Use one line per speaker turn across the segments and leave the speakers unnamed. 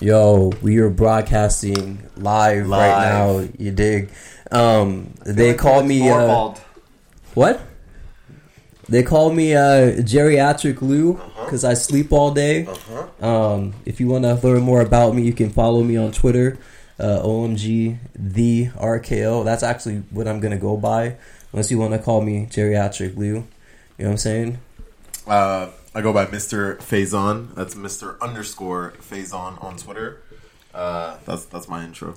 yo, we are broadcasting live, right now.
Live.
You dig? Um, they called me.
More
Uh,
bald.
what? They called me uh, geriatric Lou
Uh-huh.
because I sleep all day.
Uh-huh.
Um, if you want to learn more about me, you can follow me on Twitter, uh, OMG the RKO. That's actually what I'm gonna go by, unless you want to call me geriatric Lou. You know what I'm saying?
Uh, I go by Mr. Faison. That's Mr. underscore Faison on Twitter. Uh, that's that's my intro.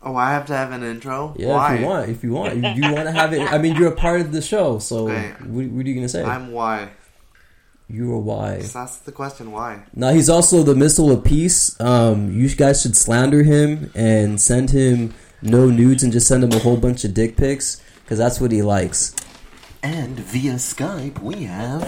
Oh, I have to have an intro.
Yeah,
Why?
if you want, if you want, if you want to have it. I mean, you're a part of the show, so
Okay.
what, what are you gonna say?
I'm why.
you are why.
Just ask the question. Why?
Now he's also the missile of peace. Um, you guys should slander him and send him no nudes and just send him a whole bunch of dick pics because that's what he likes.
And via Skype, we have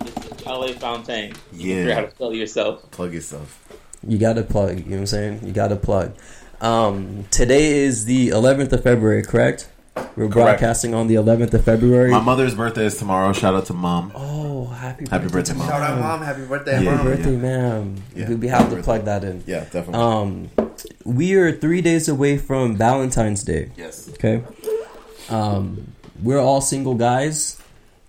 This is LA Fontaine. You
Yeah.
figure out how to spell yourself.
plug yourself.
You gotta plug. You know what I'm saying? You gotta plug. Um, today is the 11th of February, correct? We're broadcasting on the 11th of February.
My mother's birthday is tomorrow. Shout out to mom.
oh, happy birthday,
Happy birthday, mom.
Shout out, mom. Happy birthday,
Yeah.
Happy
mom.
birthday, ma'am.
Yeah.
We- We have
Happy
to
birthday.
plug that in.
Yeah, definitely.
Um, we are three days away from Valentine's Day.
yes.
Okay. Um, we're all single guys,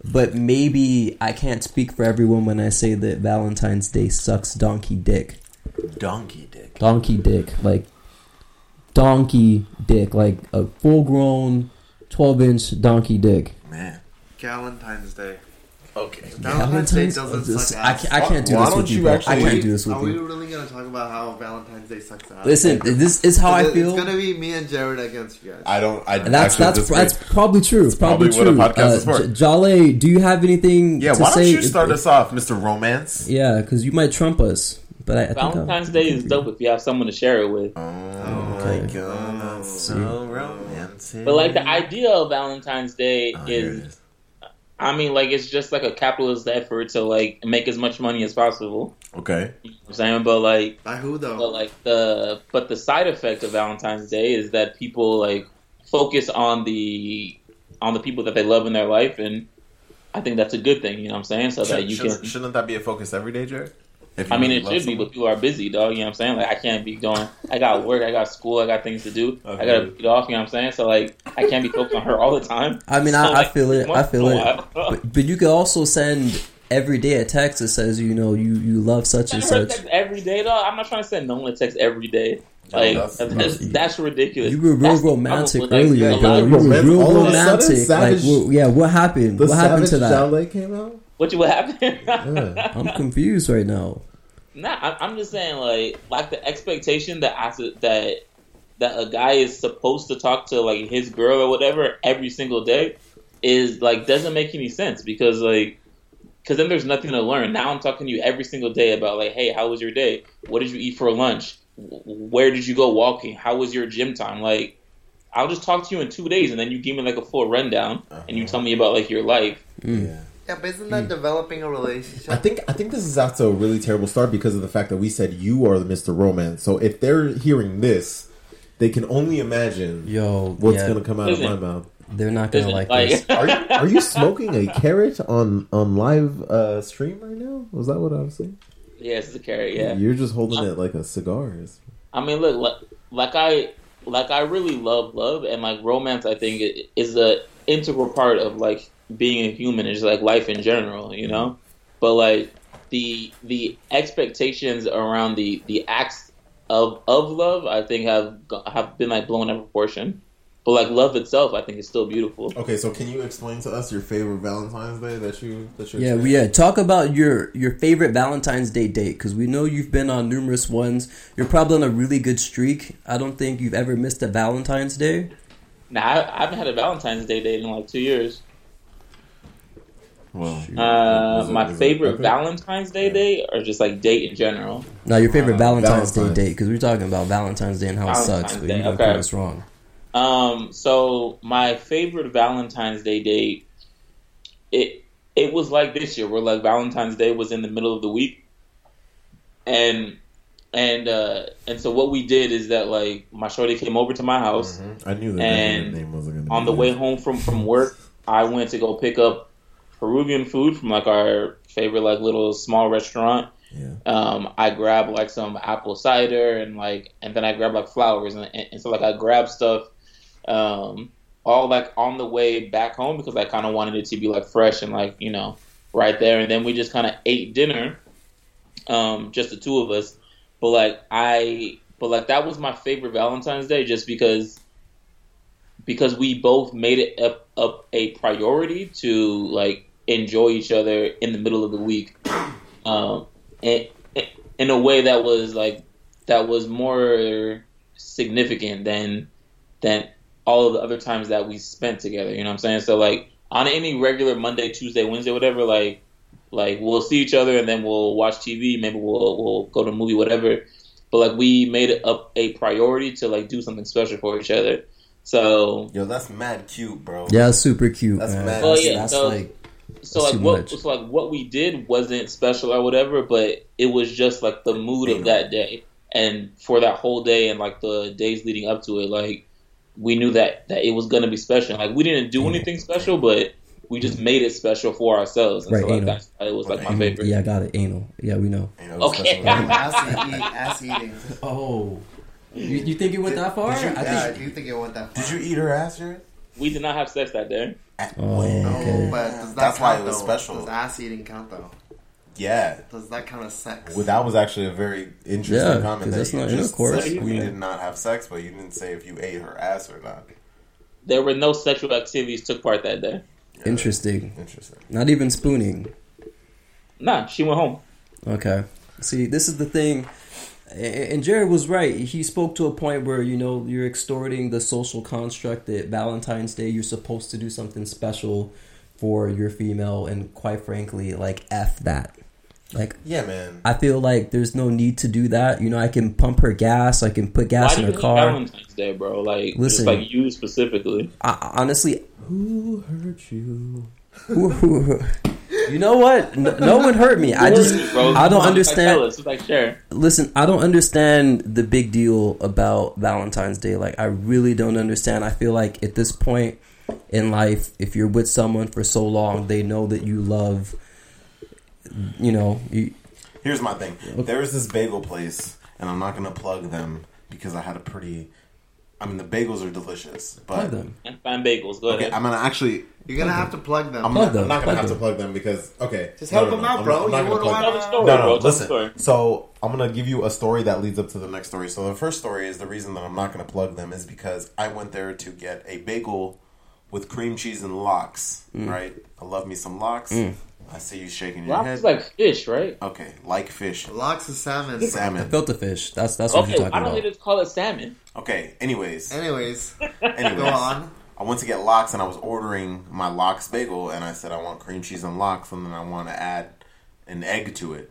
but maybe I can't speak for everyone when I say that Valentine's Day sucks donkey dick.
Donkey dick.
Donkey dick. Like, donkey dick. Like a full grown 12 inch donkey dick.
Man.
Valentine's Day.
Okay.
Valentine's Day doesn't
This-
suck
I,
ass.
ca- I can't do
Why
this
don't
with you,
you
bro. I
actually-
can't do this with
Are we
you.
really gonna talk about how Valentine's Day sucks ass?
Listen, this is how I
It's-
feel.
It's gonna be me and Jared against you guys.
I don't. I
And that's
actually
that's
disagree.
that's probably true. probably,
probably
true.
what a podcast is
Uh,
for.
J- Jale, do you have anything?
yeah.
to
Why don't
say?
you start us off, Mr. Romance?
Yeah, because you might trump us. But I, I think I'll-
Valentine's Day is dope if you have someone to share it with.
Oh
Okay.
god, that's so romantic.
But like the idea of Valentine's Day
Mm-hmm. Oh, here it
is, I mean, like it's just like a capitalist effort to like make as much money as possible.
Okay.
You know what I'm saying, but like,
By who though?
but like the but the side effect of Valentine's Day is that people like focus on the on the people that they love in their life, and I think that's a good thing. You know what I'm saying? So that you
Should,
can.
not that be a focus every day, Jared? If
I mean,
you
it
love
should be,
someone?
but people are busy, dog. You know what I'm saying? Like, I can't be going. I got work, I got school, I got things to do. I gotta
Okay.
get off. You know what I'm saying? So like, I can't be focused on her all the time.
I mean,
So,
I, I
like,
feel it. I
once in
feel
a
it.
while-
But, but you could also send every day a text that says, you know, you, you love such and
Send her a
such.
text every day, dog. I'm not trying to send no one a text every day.
No,
Like
that's-
that's, that's, ridiculous.
You were real
That's the problem
romantic
with, like,
earlier,
a
yeah,
bro.
lot
You
of-
were
romance-
real
all of a sudden,
romantic.
Savage-
like, what, yeah, what happened?
The
What happened
Savage
to that?
Jale came out.
What you what happened?
Yeah.
I'm confused right now.
Nah, I'm, I'm just saying, like, like the expectation that I su- that that a guy is supposed to talk to like his girl or whatever every single day is like doesn't make any sense because like because then there's nothing to learn. Now I'm talking to you every single day about like, hey, how was your day? What did you eat for lunch? W- Where did you go walking? How was your gym time? Like, I'll just talk to you in two days, and then you give me like a full rundown, and you tell me about like your life.
Mm.
yeah, but isn't that developing a relationship?
I think I think this is also a really terrible start because of the fact that we said you are the Mr. Romance. So if they're hearing this, they can only imagine
Yo,
what's
yeah,
gonna come out
Listen.
of my mouth.
they're not gonna like, this.
Are you are you smoking a carrot on on live uh, stream right now? Was that what I was saying?
yes, it's a carrot. Yeah.
You're just holding it like a cigar. It's-
I mean, look, like, like I, like I really love love and like romance. I think i- is a integral part of like being a human and just like life in general, you know. But like the the expectations around the the acts of of love, I think have go- have been like blown out of proportion. But like love itself, I think is still beautiful.
Okay, so can you explain to us your favorite Valentine's Day that you that you
Yeah, we- yeah. Talk about your your favorite Valentine's Day date because we know you've been on numerous ones. You're probably on a really good streak. I don't think you've ever missed a Valentine's Day.
Now I, I haven't had a Valentine's Day date in like two years.
Well,
Uh,
Was it-
my
was it
favorite
epic?
Valentine's Day date or just like date in general.
Now your favorite
Uh,
Wow,
Valentine's,
Valentine's.
Day date because we're talking about Valentine's Day and how it sucks,
Valentine's
but
Day,
you don't
okay.
prove us wrong.
Um, so my favorite Valentine's Day date, it it was like this year where like Valentine's Day was in the middle of the week, and and uh and so what we did is that like my shorty came over to my house
Mm-hmm. I knew that
And
name wasn't
Mm-hmm.
gonna.
on
be
the way
there.
home from from work, I went to go pick up Peruvian food from like our favorite like little small restaurant,
Yeah.
Um, I grab like some apple cider and like, and then I grab like flowers and, and, and so like I grab stuff, um, all like on the way back home because I kind of wanted it to be like fresh and like you know right there. And then we just kind of ate dinner, um, just the two of us. But like I, but like that was my favorite Valentine's Day just because because we both made it up, up a priority to like enjoy each other in the middle of the week um, in, in a way that was like that was more significant than than all of the other times that we spent together. You know what I'm saying? So like on any regular Monday, Tuesday, Wednesday, whatever, like like we'll see each other and then we'll watch TV. Maybe we'll we'll go to a movie, whatever. But like we made it up a priority to like do something special for each other. So
Yo, that's mad cute, bro.
Yeah, that's super cute.
That's
man.
mad.
Well,
That's-
yeah,
that's
so-
like
so
That's
like
too
what
much.
so like what we did wasn't special or whatever, but it was just like the mood of that day and for that whole day and like the days leading up to it, like we knew that that it was gonna be special. Like we didn't do anything special, but we just made it special for ourselves. And
Right,
so
you
like
know.
that's why it was like my
Right.
favorite.
yeah, I got it. Anal. Yeah, we know.
You know,
Okay.
special-
ass, eat, ass eating.
Oh, you, you think it went that far?
Did you-
I
yeah,
think.
I do think it went that far.
Did you eat her ass, Jared?
We did not have sex that day.
Oh,
No,
okay.
but does that
That's why
count,
it was
though?
special.
Does ass eating count though?
Yeah.
Does that count as sex?
Without-
That was actually a very interesting
Yeah,
comment.
'cause
That
that's
you
not
just
intercourse.
said we
Yeah.
did not have sex, but you didn't say if you ate her ass or not.
There were no sexual activities took part that day.
Interesting.
Interesting.
Not even spooning.
Nah, she went home.
Okay. See, this is the thing. A- And Jared was right. He spoke to a point where, you know, you're extorting the social construct that Valentine's Day, you're supposed to do something special for your female. And quite frankly, like, F that. Like,
Yeah, man.
I feel like there's no need to do that. You know, I can pump her gas, I can put
Why
gas
do
in
you
her
hate
car.
Valentine's Day, bro? Like
Listen.
just like you specifically.
I, honestly,
Who hurt you?
you know what? No, no one hurt me. I just,
Bro,
I
come
don't
on, just, Like,
understand.
tell us, just, like, share.
Listen, I don't understand the big deal about Valentine's Day. Like, I really don't understand. I feel like at this point in life, if you're with someone for so long, they know that you love, you know, you,
Here's my thing. There is this bagel place, and I'm not gonna plug them because I had a pretty. I mean, the bagels are delicious,
love
but
them.
and find bagels. Go
okay,
ahead.
I'm gonna actually.
You're gonna have to plug them.
I'm,
Plug
not,
them,
I'm not
plug
gonna have
them.
to plug them because okay,
Just
no,
help
no,
them
no,
out,
I'm
bro.
not- I'm not
you
gonna
wouldn't
plug
wanna-
Tell the
No,
story, bro.
no,
Tell the
listen.
story.
So I'm gonna give you a story that leads up to the next story. So the first story is the reason that I'm not gonna plug them is because I went there to get a bagel with cream cheese and lox.
Mm.
Right, I love me some lox. I see you shaking your
Lobster's
head.
like fish, right?
okay, like fish,
Lox of salmon.
salmon.
Filter fish. That's that's what
Okay,
you're
why
talking
don't they
about.
just call it salmon?
Okay, anyways,
Anyways,
anyways.
go on.
I went to get lox and I was ordering my lox bagel and I said I want cream cheese and lox and then I want to add an egg to it.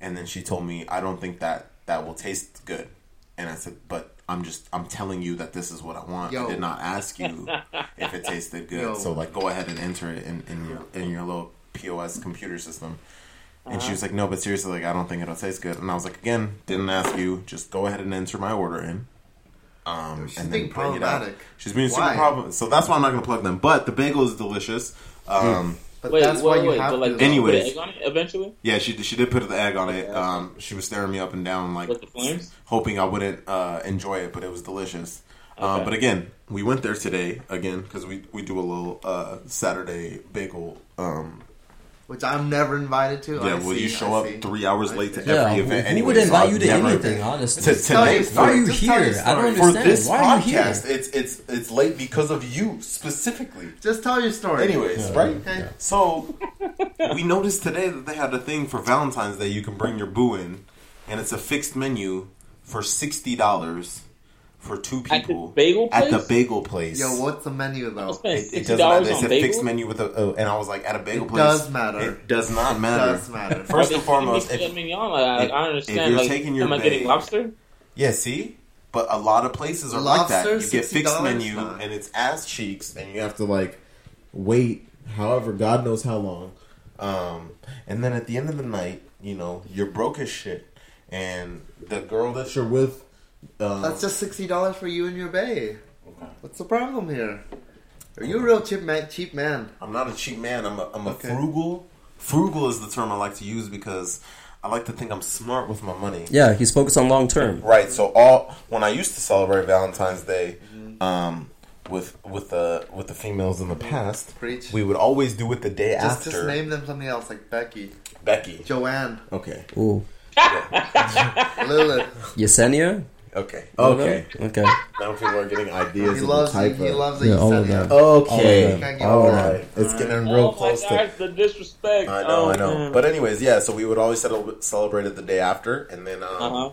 And then she told me I don't think that that will taste good. And I said, but I'm just I'm telling you that this is what I want.
Yo.
I did not ask you if it tasted good.
Yo.
So like go ahead and enter it in, in your in your little POS computer system. And
Uh-huh.
she was like, "No, but seriously, like I don't think it'll taste good." And I was like, "Again, didn't ask you. Just go ahead and enter my order in." Um,
She's
and
being
then bring it out.
problematic.
She's being super
Why?
problematic. So that's why I'm not gonna plug them. But the bagel is delicious. Um,
But
Wait,
that's
wait,
why you
wait,
have
but like,
to.
Anyway.
put an
Anyways.
egg on it eventually.
yeah, she did- she did put the egg on it. Um, she was staring me up and down, like
With the flames?
hoping I wouldn't uh, enjoy it, but it was delicious. Um,
Okay.
but again, we went there today again because we we do a little uh, Saturday bagel. Um,
which I'm never invited to.
yeah,
Oh, I
will
see,
you show
I
up
see.
three hours late to
Yeah,
every
who,
event?
who
anyway,
would
so
invite
I've
you to
never-
anything? Honestly,
To, today,
Tell
why are you
Just tell your
here? I don't
story. For
understand.
this
why are you here?
podcast, it's it's it's late because of you specifically.
Just tell your story.
Anyways, right?
Okay.
So we noticed today that they had a thing for Valentine's Day. You can bring your boo in, and it's a fixed menu for sixty dollars for two
At the
people
bagel
At the
place?
bagel place.
Yo, what's the menu
I'll
though?
spend
It, it
sixty
doesn't matter.
dollars
They
on
said fixed
bagels.
menu with a, oh, and I was like, at a bagel
It
place.
does matter.
It does not
It
matter.
does matter.
Are
First
they
and
feeding me
foremost,
filet
if,
mignon? Like, I-
if-
I don't
if
understand.
you're
like,
taking your
am I getting
bag-
lobster?
Yeah, see? But a lot of places are like that.
Lobster,
You get fixed
$60?
menu
Nah.
and it's ass cheeks and you have to like
Like, wait, however, God knows how long.
um and then at the end of the night, you know, you're broke as shit and the girl that you're with um,
That's just sixty dollars for you and your bae. What's the problem here? Are you a real cheap man? Cheap man.
I'm not a cheap man. I'm a, I'm a
Okay.
frugal. Frugal is the term I like to use because I like to think I'm smart with my money.
Yeah, he's focused on long term.
Right. So all when I used to celebrate Valentine's Day,
Mm-hmm.
um, with with the with the females in the past,
Preach.
we would always do it the day
Just,
after
just name them something else like Becky,
Becky.
Joanne,
Okay.
Ooh,
Lilith.
Yesenia.
Okay.
Okay.
Okay.
Now people are getting ideas.
He
It's a
loves he,
type of-
loves
Yeah,
that
all
you
of
said
that.
that.
Okay.
Okay.
All
All
right.
right. It's getting
Oh
real
my
close
gosh,
to.
the disrespect.
I know,
oh,
I know.
man.
But anyways, yeah. So we would always settle, celebrate it the day after, and then um,
uh-huh.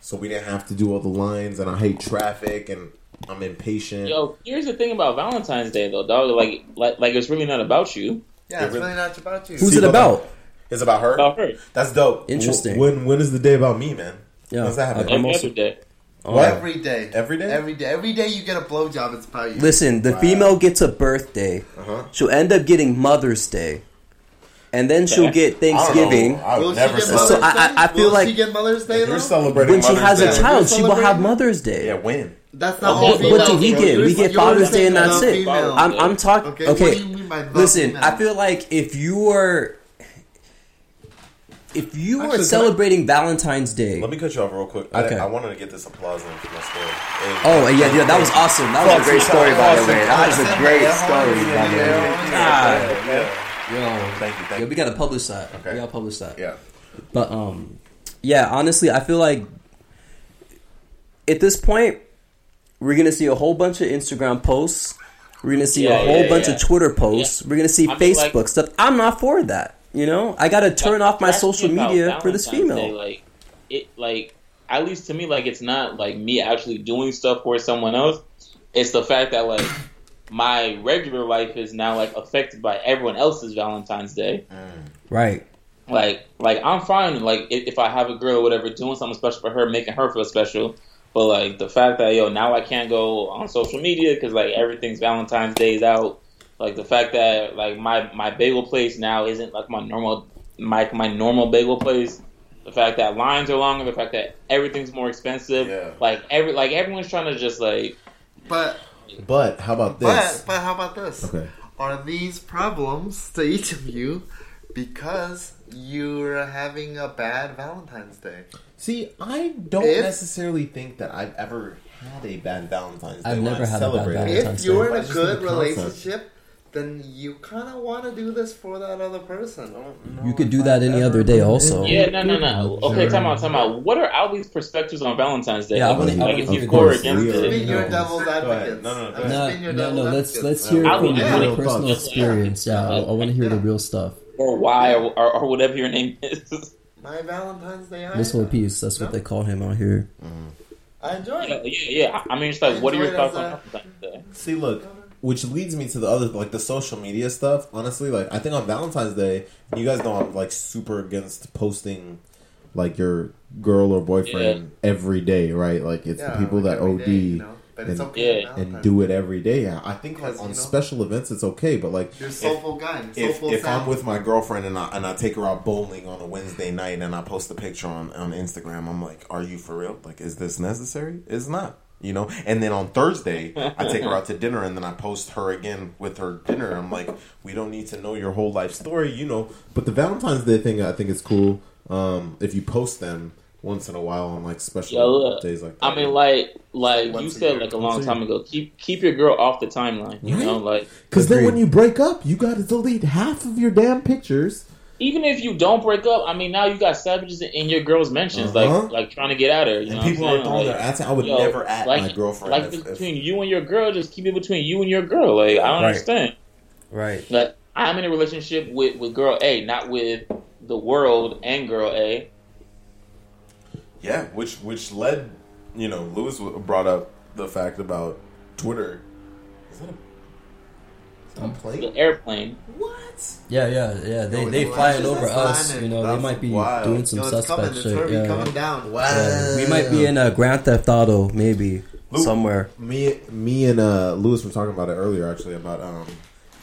So we didn't have to do all the lines, and I hate traffic, and I'm impatient.
Yo, here's the thing about Valentine's Day though, dog. Like, like, like it's really not about you.
Yeah, it's
really-
really not about you.
Who's
See
it
what
about?
it's about her.
About her.
That's dope.
Interesting.
W- when when is the day about me, man?
Yeah.
When's that happening?
I'm
Every
also-
other day.
What?
Every day.
Every day?
Every day. Every day you get a blowjob, it's about you.
Listen, the female gets a birthday.
Uh-huh.
She'll end up getting Mother's Day, and then she'll
Yeah.
get
I don't
Thanksgiving.
know. I would
Will she
never.
get
say-
Mother's
So
Day?
I- I- I feel
Will she
like-
get Mother's Day
If you're
though?
celebrating
When she
Mother's
has a
Day-
child, she will have
Celebrating?
Mother's Day.
Yeah, when?
That's not
Okay,
all
but
females.
what do we
bro.
get?
You're-
We get
you're
Father's Day and
saying
that's
about
it.
females.
I'm, I'm talking.
Okay,
Okay.
what do you mean by about
Listen,
females?
I feel like if you were, if
Actually,
you were
can I-
celebrating Valentine's Day.
Let me cut you off real quick. I,
Okay.
I wanted to get this applause in for my story.
Oh and yeah, yeah, that was awesome. That was a great story, by the way. That was a great story, by the way.
Yeah.
Yo,
Thank you, thank
yo,
you.
we gotta publish that.
Okay.
We gotta publish that.
Yeah.
But um, yeah, honestly, I feel like at this point we're gonna see a whole bunch of Instagram posts. We're gonna see
Yeah,
a whole
yeah,
bunch
yeah.
of Twitter posts. We're gonna see
I mean,
Facebook
like-
stuff. I'm not for that. You know, I gotta turn
Like,
off my
you're asking
social
about
media for this
Valentine's
female.
Day, like it, like at least to me, like it's not like me actually doing stuff for someone else. It's the fact that like my regular life is now like affected by everyone else's Valentine's Day.
right.
Like, like I'm fine. Like if, if I have a girl or whatever, doing something special for her, making her feel special. But like the fact that yo now I can't go on social media because like everything's Valentine's Day's out. Like the fact that like my my bagel place now isn't like my normal my my normal bagel place. The fact that lines are longer. The fact that everything's more expensive.
Yeah.
Like every like everyone's trying to just like
But
Mm.
But how about
but
this?
but how about this?
okay.
Are these problems to each of you because you're having a bad Valentine's Day?
See, I don't
If-
necessarily think that I've ever had a bad Valentine's Day.
I've
when
never
I
had a bad
celebrate it.
Valentine's
If you're
Day.
in
I
a
just
good
think the concept.
relationship, then you kind of want to do this for that other person.
You could do that any other day, also.
yeah no no no okay time out time out. What are Albie's perspectives on Valentine's Day?
Yeah, I
Like,
wanna- I
like
wanna
if
hear
you score
yours.
against
We are-
it.
Being your
No.
devil's advocate.
No, no, no.
I'm just
No,
being your
no,
devil's
no. Let's
advocate.
let's hear it
I
from
would- I
your
would-
personal
yeah.
experience. Yeah, I, I want to hear the real stuff.
or Y or, or, or whatever your name is.
My Valentine's Day. I,
This whole piece. That's what they call him out here.
I enjoy
yeah, yeah,
it.
yeah. I mean, it's like, what are your
Enjoy it
thoughts on
as
Valentine's Day?
See, look, which leads me to the other, like the social media stuff. Honestly, like I think on Valentine's Day, you guys know I'm like super against posting like your girl or boyfriend every day, right? Like it's
Yeah,
the people that
like every
OD
day, you know, but it's
and-
okay.
Yeah.
and
on Valentine's
do it every day. Yeah, I think like,
Because,
on
you know-
special events it's okay, but like
You're a soulful guy. and
If,
soulful
if I'm
sound.
with my girlfriend and I and I take her out bowling on a Wednesday night and I post a picture on, on Instagram, I'm like, are you for real? Like, is this necessary? It's not. You know? And then on Thursday, I take her out to dinner and then I post her again with her dinner. I'm like, we don't need to know your whole life story, you know.
But the Valentine's Day thing, I think is cool. Um, if you post them once in a while on like special
Yo, look,
days, like
I mean, like, like
Once
you
a
said,
year.
like a
Once
long
a
time ago, keep keep your girl off the timeline. You know, like
because then when
Agreed.
you break up, you got to delete half of your damn pictures.
even if you don't break up, I mean, now you got savages in your girl's mentions,
Uh-huh.
like like trying to get at her. You
And
know,
people
what
are
I'm
throwing
saying?
their
Like,
ads. I would
yo,
never at
like,
my girlfriend.
Like
if- if-
between you and your girl, just keep it between you and your girl. Like I don't
Right.
understand.
Right.
Like I'm in a relationship with with girl A, not with the world and girl A.
Yeah, which which led, you know, Lewis w- brought up the fact about Twitter. Is that a, is that a plane?
The airplane.
What?
Yeah, yeah, yeah. They
Yo,
they
the
flying
lashes,
over
that's
us. You
flying in.
know,
That's
they might be
wild.
doing some
Yo, it's coming.
suspect
It's
shit.
Herbie
yeah.
coming down.
Wow.
Yeah, we might be in a Grand Theft Auto, maybe
Luke.
somewhere.
Me, me, and uh, Lewis were talking about it earlier. Actually, about um,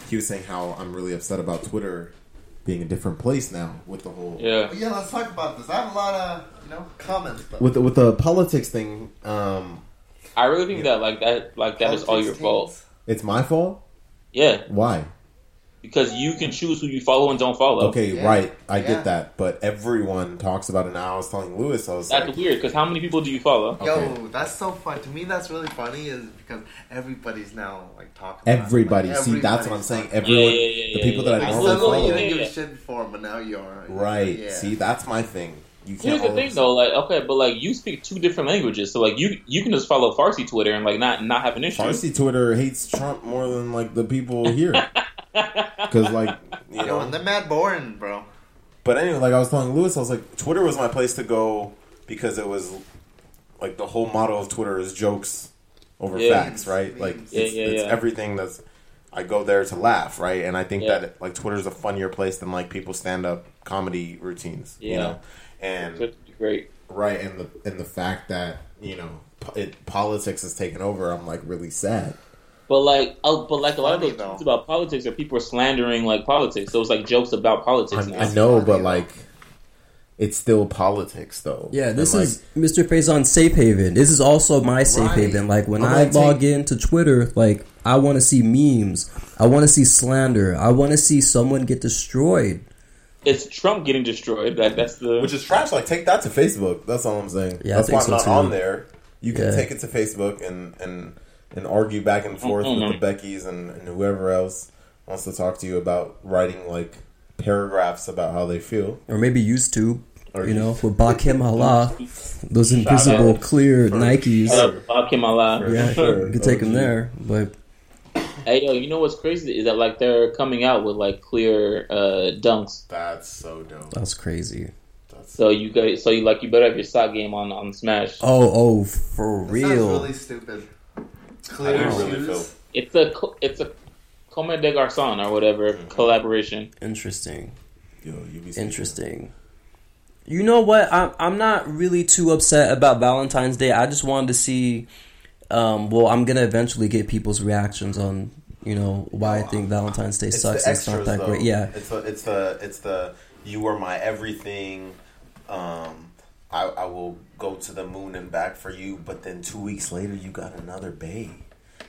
he was saying how I'm really upset about Twitter being a different place now with the whole
Yeah.
But yeah, let's talk about this. I have a lot of you know comments. But
with the, with the politics thing. Um,
I really think that like that like that is all your fault.
it's my fault.
Yeah,
Why?
because you can choose who you follow and don't follow.
Okay,
Yeah.
right. I
Yeah.
get that, but everyone talks about it now. I was telling Lewis, I was
That's
like,
weird because how many people do you follow?
Yo, that's so fun. To me, that's really funny is because everybody's now like talking. about it. Like,
everybody. See, that's what I'm
everybody's
saying.
talking-
Everyone,
Yeah, yeah, yeah,
the
yeah,
people
yeah.
that I
I
normally
still
everyone follow.
you
follow,
didn't give
Yeah.
a shit before, but now you are.
right?
Yeah.
See, that's my thing. You can't.
Here's the
always-
thing though, like okay, but like you speak two different languages, so like you you can just follow Farsi Twitter and like not not have an issue.
Farsi Twitter hates Trump more than like the people here, because like you
Yo,
know.
and they're mad boring, bro.
But anyway, like I was telling Lewis, I was like, Twitter was my place to go because it was like the whole motto of Twitter is jokes over
Yeah.
facts, right? Like
Memes.
Yeah,
it's,
yeah,
it's
yeah.
everything that's I go there to laugh, right? And I think
Yeah.
that like Twitter's a funnier place than like people's stand up comedy routines, you
Yeah.
know. And
That's Great.
right and the and the fact that you know po- it, politics has taken over i'm like really sad
But like, oh, but like a lot of
Funny,
those
though.
tweets about politics are people are slandering like politics. So it's like jokes about
i,
politics. now.
I know but
funny.
like it's still politics though
Yeah, this
And, like,
is Mr. Faison's safe haven. This is also my safe
Right.
haven. Like when
I'm
I
gonna
log
take-
into Twitter, like I want to see memes, I want to see slander, I want to see someone get destroyed.
It's Trump getting destroyed. Like that's the
which is trash like take that to facebook that's all i'm saying
Yeah, I
that's why i'm
think
not
so, too.
on there you can
Yeah.
take it to facebook and and and argue back and forth with
Mhm.
the beckys and, and whoever else wants to talk to you about writing like paragraphs about how they feel
or maybe used to,
Or
you
used
know, for Bakim Allah, those invisible
out.
clear
For
Nikes.
sure.
Uh, Bob Kamala.
Yeah,
sure.
you could take them
OG.
there, but
Hey yo, you know what's crazy is that like they're coming out with like clear uh, dunks.
that's so dope
that's crazy.
that's
So you guys, so you like you better have your sock game on on Smash.
Oh, oh, for
That sounds
real.
really stupid. Clear
don't
shoes.
really
It's a co- it's a Comme des Garçons or whatever
Mm-hmm.
collaboration.
Interesting,
yo, you be
interesting. You know what? I'm I'm not really too upset about Valentine's Day. I just wanted to see. Um, well, I'm gonna eventually get people's reactions on you know why I think Valentine's Day
It's
sucks.
the
and it's not
extras,
that great.
though.
Yeah,
It's the it's the it's the you were my everything. Um, I I will go to the moon and back for you, but then two weeks later you got another babe.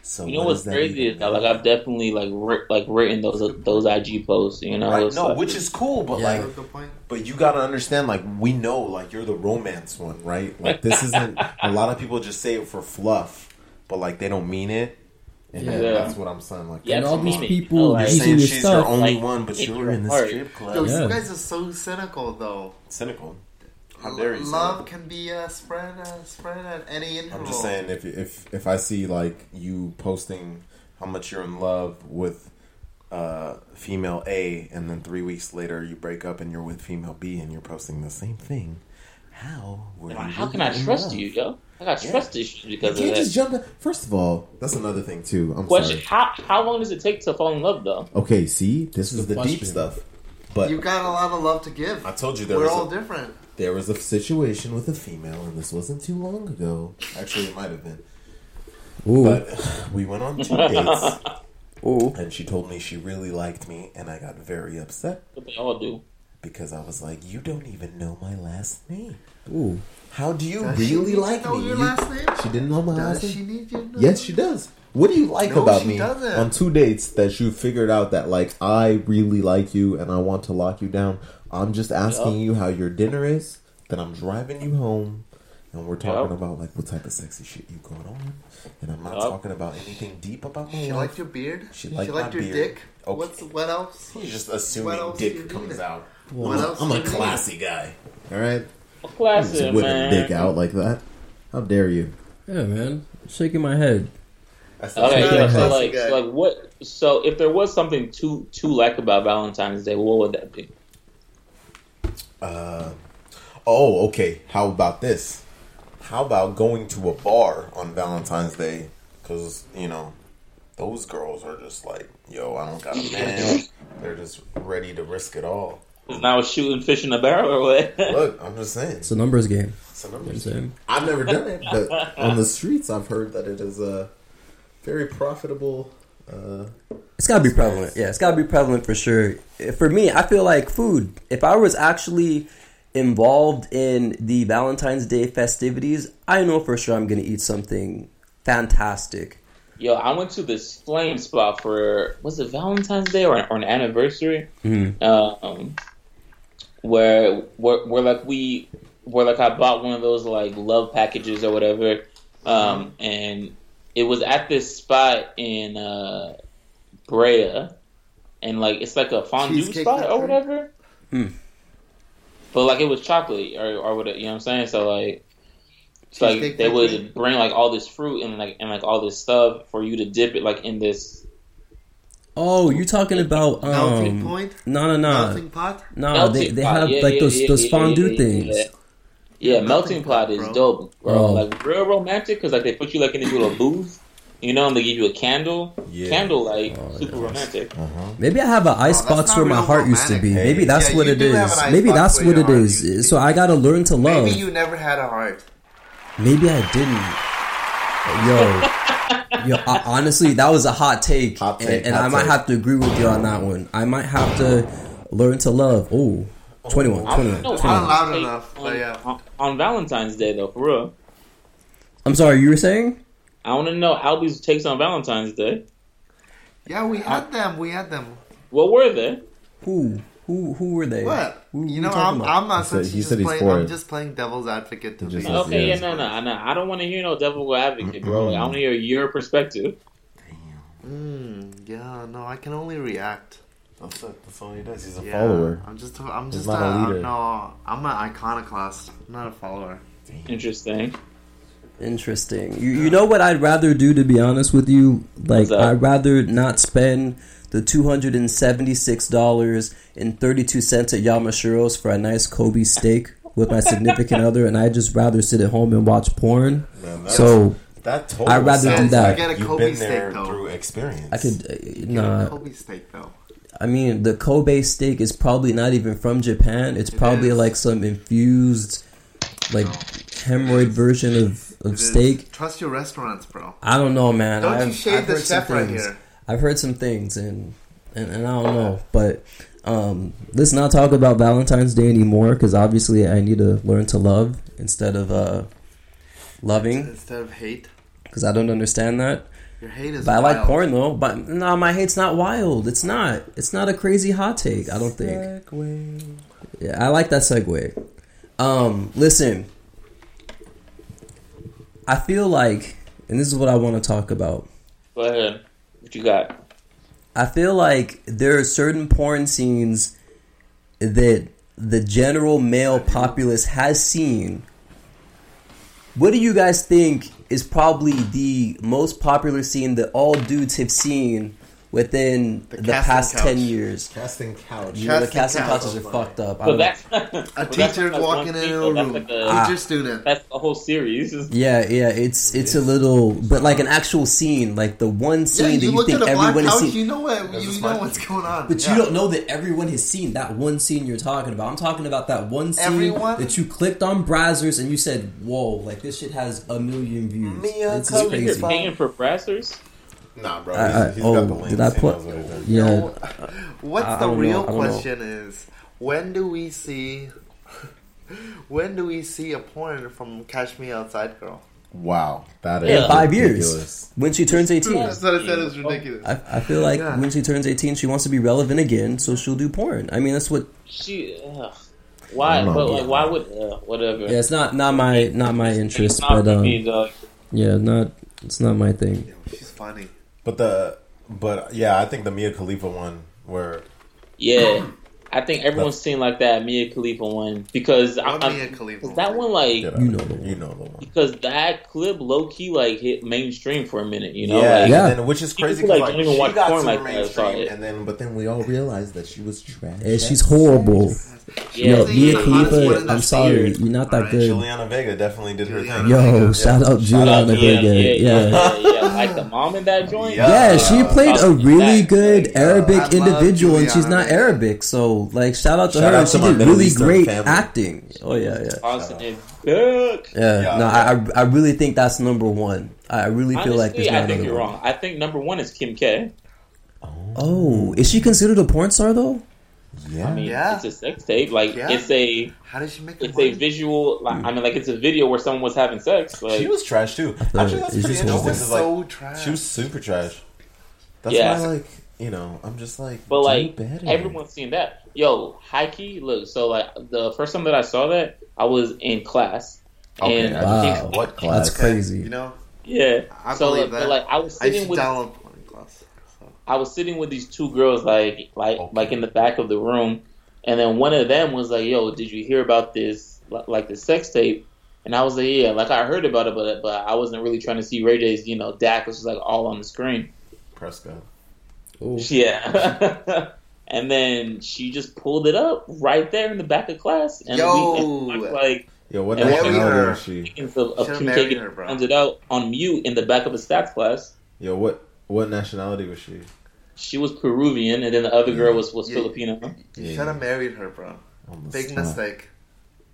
So
You know
what
what's
does that
crazy
even
is that
mean?
like I've definitely like writ like written those those IG posts. You know,
Right,
It's
no,
like-
which is cool, but
Yeah.
like,
That's the point.
but you gotta understand, like, we know, like, you're the romance one, right? Like, this isn't. a lot of people just say it for fluff, but like, they don't mean it, and
Yeah.
that's what I'm saying. Like,
Yeah,
and
it's
all these
meaning.
people
Like-
you're
using
saying
your
she's your
stuff.
only
Like,
one, but
in
you're
your
in the
heart.
strip club.
Yo,
Yeah.
you guys are so cynical, though.
cynical. How dare you? say
Love
that?
can be uh, spread, uh, spread at any interval.
I'm just saying if if if I see like you posting how much you're in love with uh female A and then 3 weeks later you break up and you're with female B and you're posting the same thing. How? Were
Like,
you
how can
really
I
in
trust
love?
you, yo? I got
Yeah.
trust issues
You
because of
can't just
that.
jump in- First of all, that's another thing too. I'm
Question:
sorry.
How how long does it take to fall in love though?
Okay, see? This is
Good
the deep
question.
stuff. But
You got a lot of love to give.
I told you there
We're
was a-
all different.
there was a situation with a female and this wasn't too long ago. Actually, it might have been.
Ooh,
But we went on two dates.
ooh.
And she told me she really liked me, and I got very upset
What they all do.
because I was like, "You don't even know my last name.
Ooh.
How do you
Does she
really
need to
like
know
me?"
your
You-
last name?
She didn't know my last
Does
name.
she need you? to
yes, she does. What do you like
No,
about
she
me
doesn't.
on two dates that you figured out that like I really like you and I want to lock you down? I'm just asking
Yup.
you how your dinner is. Then I'm driving you home, and we're talking
Yup.
about like what type of sexy shit you going on, and I'm not
Yup.
talking about anything deep about my
She
life.
liked your beard.
She liked my
your
beard.
dick.
Okay.
What's what else?
He's just
What
assuming
else do you
dick
need
comes
it?
out.
What
I'm, a-
else
I'm
do
a
you need it?
classy guy. All right,
A
I'm just
classic,
whip
man.
a dick out like that. How dare you?
Yeah, man. Shaking my head.
Okay,
That's
yeah,
not
so
classy.
like, so like what? So if there was something to to like about Valentine's Day, what would that be?
Uh, oh, okay. How about this? How about going to a bar on Valentine's Day? Because you know, those girls are just like, yo, I don't got a man. They're just ready to risk it all.
Because now it's shooting fish in a barrel or what?
Look, I'm just saying.
It's a numbers game.
It's a
You know
numbers
what I'm saying?
I've never done it, but on the streets, I've heard that it is a very profitable. Uh,
It's gotta be prevalent. Yeah, it's gotta be prevalent for sure. For me, I feel like food. If I was actually involved in the Valentine's Day festivities, I know for sure I'm gonna eat something fantastic.
Yo, I went to this flame spot for was it Valentine's Day or, or an anniversary?
Mhm.
Um, where where where like we where like I bought one of those like love packages or whatever, um, and it was at this spot in uh, Brea, and like it's like a fondue
Cheesecake
spot
Factory?
or whatever.
Hmm.
But like it was chocolate or or whatever, you know what I'm saying? So like. So
Cheesecake
like they
Factory?
would bring like all this fruit and like and like all this stuff for you to dip it like in this
Oh, you're talking about
Melting
um?
point?
No, no,
uh,
no,
Melting pot?
no. Oh, They
melting
they
pot.
had
Yeah,
like
yeah,
those
yeah,
those
yeah, yeah,
fondue
yeah, yeah,
things.
yeah. Yeah,
Yeah,
melting
melting
pot
pot,
is
bro.
dope, bro.
Oh.
Like real romantic because like they put you like in this little booth, you know, and they give you a candle,
Yeah.
candle like
Oh,
super
yes.
romantic.
Maybe I have an ice
that's
box
not
where my
real
heart used to
romantic.
be.
Hey.
Maybe that's
Yeah,
what
you
it
do have
is.
an ice
Maybe
box
that's
where
what
your
it
heart used to
is. So I gotta learn to love.
Maybe you never had a heart.
Maybe I didn't. Yo, yo. I, honestly, that was a hot take,
Hot take,
and, and
hot
I might
take.
have to agree with you on that one. I might have to learn to love. Oh, 21,
Oh,
21,
No,
21.
I don't
Not
like,
enough, but
on,
yeah.
on- on Valentine's Day though, for real.
I'm sorry, you were saying?
I want to know Albie's takes on Valentine's Day.
Yeah, we had them. We had them.
What were they?
Who? Who? Who were they?
What?
Who, who
you know,
talking about?
I'm, I'm
He
not.
said-
since
he
you just
said he's
playing,
for
I'm
it.
just playing devil's advocate to
He just
be.
says-
Okay,
yeah.
yeah, no, no, no. I don't want to hear no devil advocate, bro. Like, I want to hear your perspective.
Mm, yeah, no, I can only react.
That's it. That's all he does. He's a
Yeah,
follower.
I'm just. A, I'm
He's
just
not a
a,
leader.
No, I'm an iconoclast. I'm not a follower.
Interesting.
Interesting. You, you know what I'd rather do to be honest with you? Like
What's that?
I'd rather not spend the two hundred and seventy six dollars and thirty two cents at Yamashiro's for a nice Kobe steak with my significant other, and I'd just rather sit at home and watch porn.
Man, that's-
So
that total
I'd rather do
sounds
that.
like
Get a
you've
Kobe
been there
steak, though.
through experience.
I could uh,
Get a
nah.
Kobe steak though.
I mean, the Kobe steak is probably not even from Japan. It's probably
is.
like some infused, like
No.
hemorrhoid version of
It
of
is-
steak.
Trust your restaurants, bro.
I don't know, man.
Don't you
I've,
shade
I've
the
heard some
chef right
things.
here.
I've heard some things, and and, and I don't know, but um, let's not talk about Valentine's Day anymore because obviously I need to learn to love instead of uh, loving
Instead of hate,
because I don't understand that.
your hate is.
But I like
wild.
porn though. But no, my hate's not wild. It's not. It's not a crazy hot take. I don't think. Yeah, I like that segue. Um, listen, I feel like, and this is what I want to talk about.
Go ahead. What you got?
I feel like there are certain porn scenes that the general male populace has seen. What do you guys think is probably the most popular scene that all dudes have seen within the,
The casting
past
couch.
10 years?
Casting couch.
You know, the casting
Casting couch.
couches are fucked up. I
So
don't-
that's
A
well, that's
teacher
like
walking
one
in
thing,
a
though. That's
room.
like a-
Ah.
Teacher student.
That's a whole series.
yeah, yeah, it's it's a little, but like an actual scene, like the one
Yeah,
scene
you
that you
look at
think
a black
everyone has
couch.
seen.
You know what?
There's a
You know
smart-
what's going on.
But
Yeah.
you don't know that everyone has seen that one scene you're talking about. I'm talking about that one scene
Everyone?
that you clicked on browsers and you said, "Whoa, like this shit has a million views."
Mia
this is
Khalifa.
Wait, you're
crazy.
paying for brassers?
Nah, bro.
I- I-
he's- he's
oh,
got the lame
did I
thing
put-
that was right there.
Yeah,
What's
I- I
the
don't know,
real
I don't know.
question is when do we see when do we see a porn from Catch Me Outside Girl?
Wow, that is
Yeah.
in five years
ridiculous.
when she turns 18.
That's what I said. It was
Oh.
ridiculous.
I, I feel like
Yeah.
when she turns 18, she wants to be relevant again, so she'll do porn. I mean, that's what.
She, ugh. why?
I don't know.
But like, why would? Uh, whatever.
Yeah, it's not not my not my interest,
It's not
but
for
um,
me, dog.
yeah, not it's not my thing.
She's funny.
But the but yeah, I think the Mia Khalifa one where
Yeah, I think everyone's seen like that Mia Khalifa one because I,
What
I,
Mia Khalifa
'cause that one
get
like
You
out.
know the one.
you know the one.
because that clip low key like hit mainstream for a minute. You know,
yeah,
like,
Yeah.
yeah. And then, which is crazy
People,
because
like,
like,
don't even
she
watch
got
porn
super
like that,
mainstream,
sorry.
and then but then we all realized that she was trash.
And she's horrible.
yeah.
Yo,
She's the
Mia
hottest one
Khalifa,
in the
I'm sorry,
field.
you're not that
Alright,
good.
Juliana Vega definitely did her
Juliana
thing.
Yo, shout out Juliana
yeah, yeah,
Vega. Yeah.
yeah, yeah. like the mom in that joint.
Yeah.
Yeah, she played a
Fucking
really
that.
good
Like,
uh,
I
Arabic
love
individual, and she's
Juliana.
not Arabic. So, like, shout out to
Shout
her.
out to
she
my
did
Middle
really
Eastern
great
family.
acting. Oh yeah, yeah,
Austin is back.
yeah.
Yeah.
No, I, I I really think that's number one. I I really feel like
Honestly,
there's not
I think
another
you're
one.
wrong. I think number one is Kim K.
Oh, is she considered a porn star though?
Yeah.
Oh, I mean,
Yeah.
it's a sex tape. Like
Yeah.
it's a
How did she make the
it's a
money?
visual. Like, I mean, like it's a video where someone was having sex. Like,
She was trash too.
thought
Actually, that's
it
pretty
just
interesting.
That
wasn't-
was
'cause, like,
so trash.
She was super trash.
that's
Yeah.
why, like, you know, I'm just like,
But
Do
like
better.
everyone's seen that. Yo, high key, look. So like the first time that I saw that, I was in class,
Okay,
and
I
just- Wow. Oh,
what class?
That's
Okay,
crazy.
You know,
yeah.
I
so
believe
like, but,
that.
like I was
I used
sitting
to
with
download porn class. So.
I was sitting with these two girls, like like
Okay.
like in the back of the room, and then one of them was like, "Yo, did you hear about this li- like the sex tape?" And I was like, "Yeah, like I heard about it, but but I wasn't really trying to see Ray J's, you know, Dak was just like all on the screen."
Prescott.
Ooh.
Yeah. and then she just pulled it up right there in the back of class. And
Yo.
we and watched, like
Yo, what
And
nationality
Larry-
is she?
seconds of, of
Should've
Kim
married
K
her, bro.
found it out on mute in the back of a stats class.
Yo, what what nationality was she?
She was Peruvian, and then the other girl was was
Yeah.
Filipino.
Yeah.
You should have married her, bro.
On the
Big
spot.
mistake.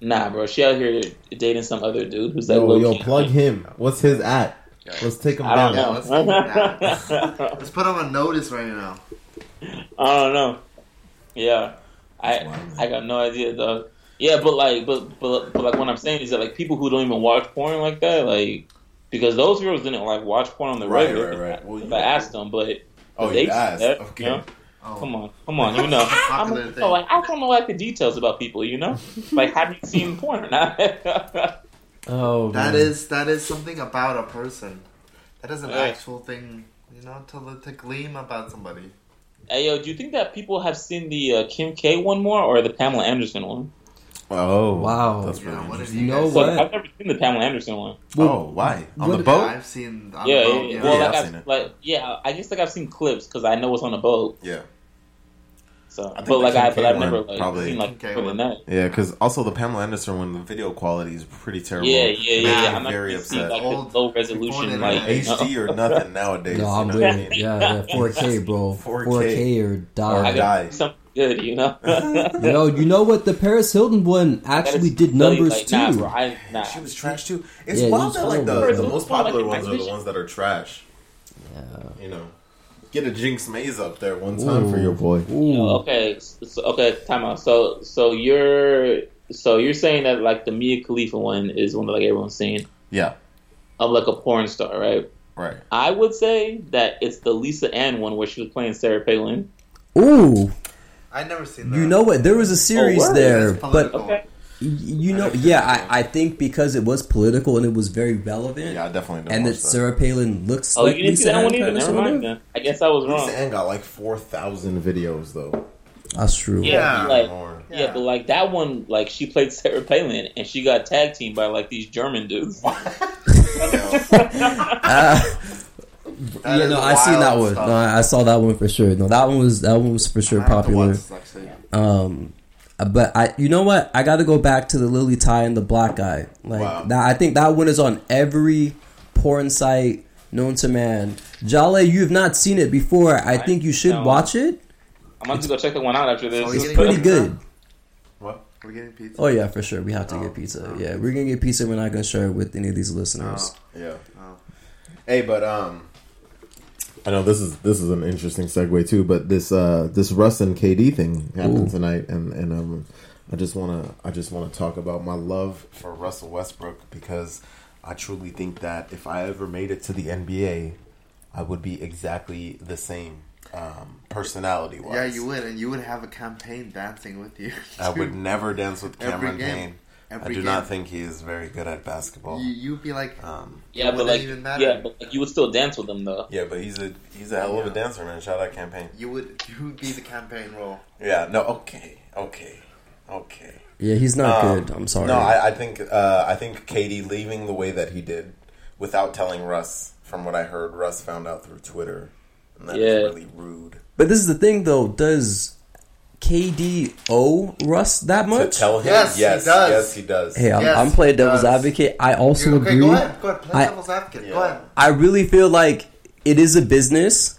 Nah, bro, she out here dating some other dude who's like,
Yo,
low
yo,
key.
plug him. What's his at?
Yo,
Let's take him
I
down.
don't
Yeah,
know.
let's keep it Let's put him on notice right now.
I don't know. Yeah,
That's
I
wild.
I got no idea though. Yeah, but like, but, but but like what I'm saying is that like people who don't even watch porn like that, like because those girls didn't like watch porn on the
Right,
regular.
right, right.
if I-
Well,
if
you-
I asked them, but
Oh,
they
you asked.
said,
Okay.
you know?
Oh,
come on, come on, you know, I'm
Popular
so, like I don't know like the details about people, you know, like have you seen porn or not?
Oh, man.
That is that is something about a person. That is an
Right.
actual thing, you know, to to gleam about somebody.
hey yo, do you think that people have seen the uh, Kim K one more or the Pamela Anderson one?
Oh
Wow.
that's
Yeah,
really
what
interesting.
if you
You know
guys-
So
What?
I've never seen the Pamela Anderson one.
oh, why on
what-
the boat?
I've seen. I'm
yeah,
about-
yeah, yeah.
yeah.
Well,
Yeah,
like
I've
I've,
seen it.
like yeah, I guess like I've seen clips because I know what's on the boat.
yeah,
So,
think
but
the
like I, but
Kincaid
I've
one
never like
probably-
seen like
Kincaid
more than
one.
that.
Yeah, because
Also, the Pamela Anderson one, the video quality is pretty terrible.
Yeah, yeah, yeah. yeah.
I'm
I'm not
very
very
upset.
like
Old-
the low
before the
resolution like
internet.
no.
HD or nothing nowadays.
No, I'm
you know what I
with it.
mean?
Yeah, yeah, 4K, bro.
4K.
4K or
Or
die.
I gotta
die.
do something good, you know.
Yo, you know what? The Paris Hilton one actually
That is
did
really,
numbers
like,
too.
Nah, bro, I, nah.
She was trash too. It's
Yeah,
wild
it was
that like the,
horrible.
the most popular ones are the ones that are trash.
Yeah.
You know, get a Jinx Maze up there one
it's
time
time for your boy.
Ooh.
Yo, okay, so, okay, time out. So, so you're, so you're saying that like the Mia Khalifa one is one that like everyone's seen
Yeah,
of like a porn star, right?
right.
I would say that it's the Lisa Ann one where she was playing Sarah Palin.
Ooh.
I've never seen that.
You know what? There was a series
word.
there,
Oh, That's
but
political.
Okay.
y- you know, yeah, I, I think because it was political and it was very relevant,
Yeah, I definitely don't.
and that
watch that.
Sarah Palin looks
Oh,
like
you didn't see
Lisa
that
Ann
one either.
Paris
Never
or
mind.
whatever.
Then. I guess I was wrong.
Lisa Ann got like four thousand videos though.
That's true.
Yeah,
Yeah.
like
More.
yeah.
Yeah.
but like that one, like she played Sarah Palin and she got tag teamed by like these German dudes.
Uh,
That
yeah,
is
no, I seen
wild
that one.
stuff.
No, I I saw that one for sure. No, that one was that one was for sure
I have to
popular.
watch this, actually.
Um, but I, you know what? I got to go back to the Lily Tie and the Black Guy. Like
Wow.
that, I think that one is on every porn site known to man. Jale, you have not seen it before. I think you should
no.
watch it.
I'm about to go check that one out after this.
Oh,
It's
getting
pretty
pizza?
good.
We're getting pizza.
Oh yeah, for sure. We have to get pizza. Yeah, we're gonna get pizza. We're not gonna share it with any of these listeners.
Yeah.
oh. Oh.
Hey, but um,
I know this is this is an interesting segue too, but this uh this Russ and KD thing happened
Ooh.
tonight, and and um I just wanna I just wanna talk about my love
for Russell Westbrook, because I truly think that if I ever made it to the NBA, I would be exactly the same um, personality wise.
Yeah, you would, and you would have a campaign dancing with you.
I would
too.
never dance with
Every
Cameron
game.
Payne. I
Every
do not
game.
think he is very good at basketball.
You, you'd be like,
Um,
yeah,
It
but
wouldn't
like,
even matter.
yeah, but like, you would still dance with them though.
yeah, but he's a he's a hell of a
Yeah.
dancer, man. Shout out campaign.
you would, you would be the campaign role.
Yeah. No. Okay. Okay. Okay.
Yeah, he's not
Um,
Oh.
good. I'm sorry.
No, I, I think uh, I think Katie leaving the way that he did, without telling Russ, from what I heard, Russ found out through Twitter, and that is
Yeah.
really rude
but this is the thing, though. Does KD owe Russ that
to
much?
tell him.
Yes,
Yes, yes,
he does.
he does.
Hey, uh, I'm,
Yes,
I'm playing devil's
does.
advocate. I also
Dude, okay,
agree.
go ahead, go ahead, play
I-
devil's advocate. Go
Yeah.
ahead.
I really feel like it is a business.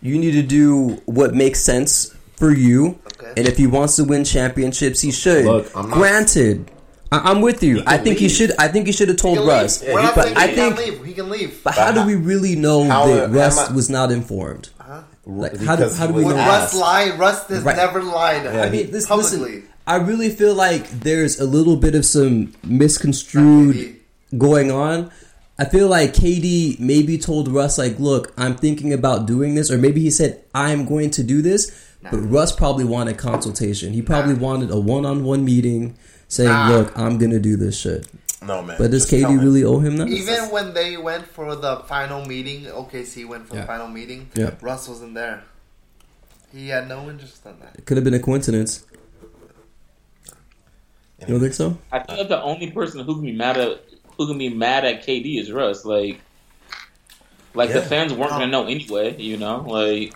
You need to do what makes sense for you.
Okay.
And if he wants to win championships, he should.
Look, I'm not-
Granted, I- I'm with you. I think he
leave.
should. I think he should have
He
told
can
Russ.
leave. We're not
but
saying
I
he
think.
can leave. He can leave.
But how
But
do we really know
how
that
am
Russ
I-
was not informed?
Huh?
Like, how do- how do we
Because Russ
know
Would
that?
Russ lie? Russ has
Right.
never lied.
I mean, this,
publicly.
listen, I really feel like there's a little bit of some misconstrued going on. I feel like KD maybe told Russ, like, look, I'm thinking about doing this, or maybe he said, I'm going to do this. But Russ probably wanted consultation. He probably wanted a one on one meeting saying,
Nah.
look, I'm going to do this shit.
No man.
But does
just tell
KD
him.
really owe him that?
Even when they went for the final meeting, OKC went for
Yeah.
the final meeting.
Yeah.
Russ wasn't there. He had no interest in that.
It could have been a coincidence. You don't think so?
I feel like the only person who can be mad at who can be mad at KD is Russ. Like, like the
Yeah.
fans weren't gonna know anyway. You know, like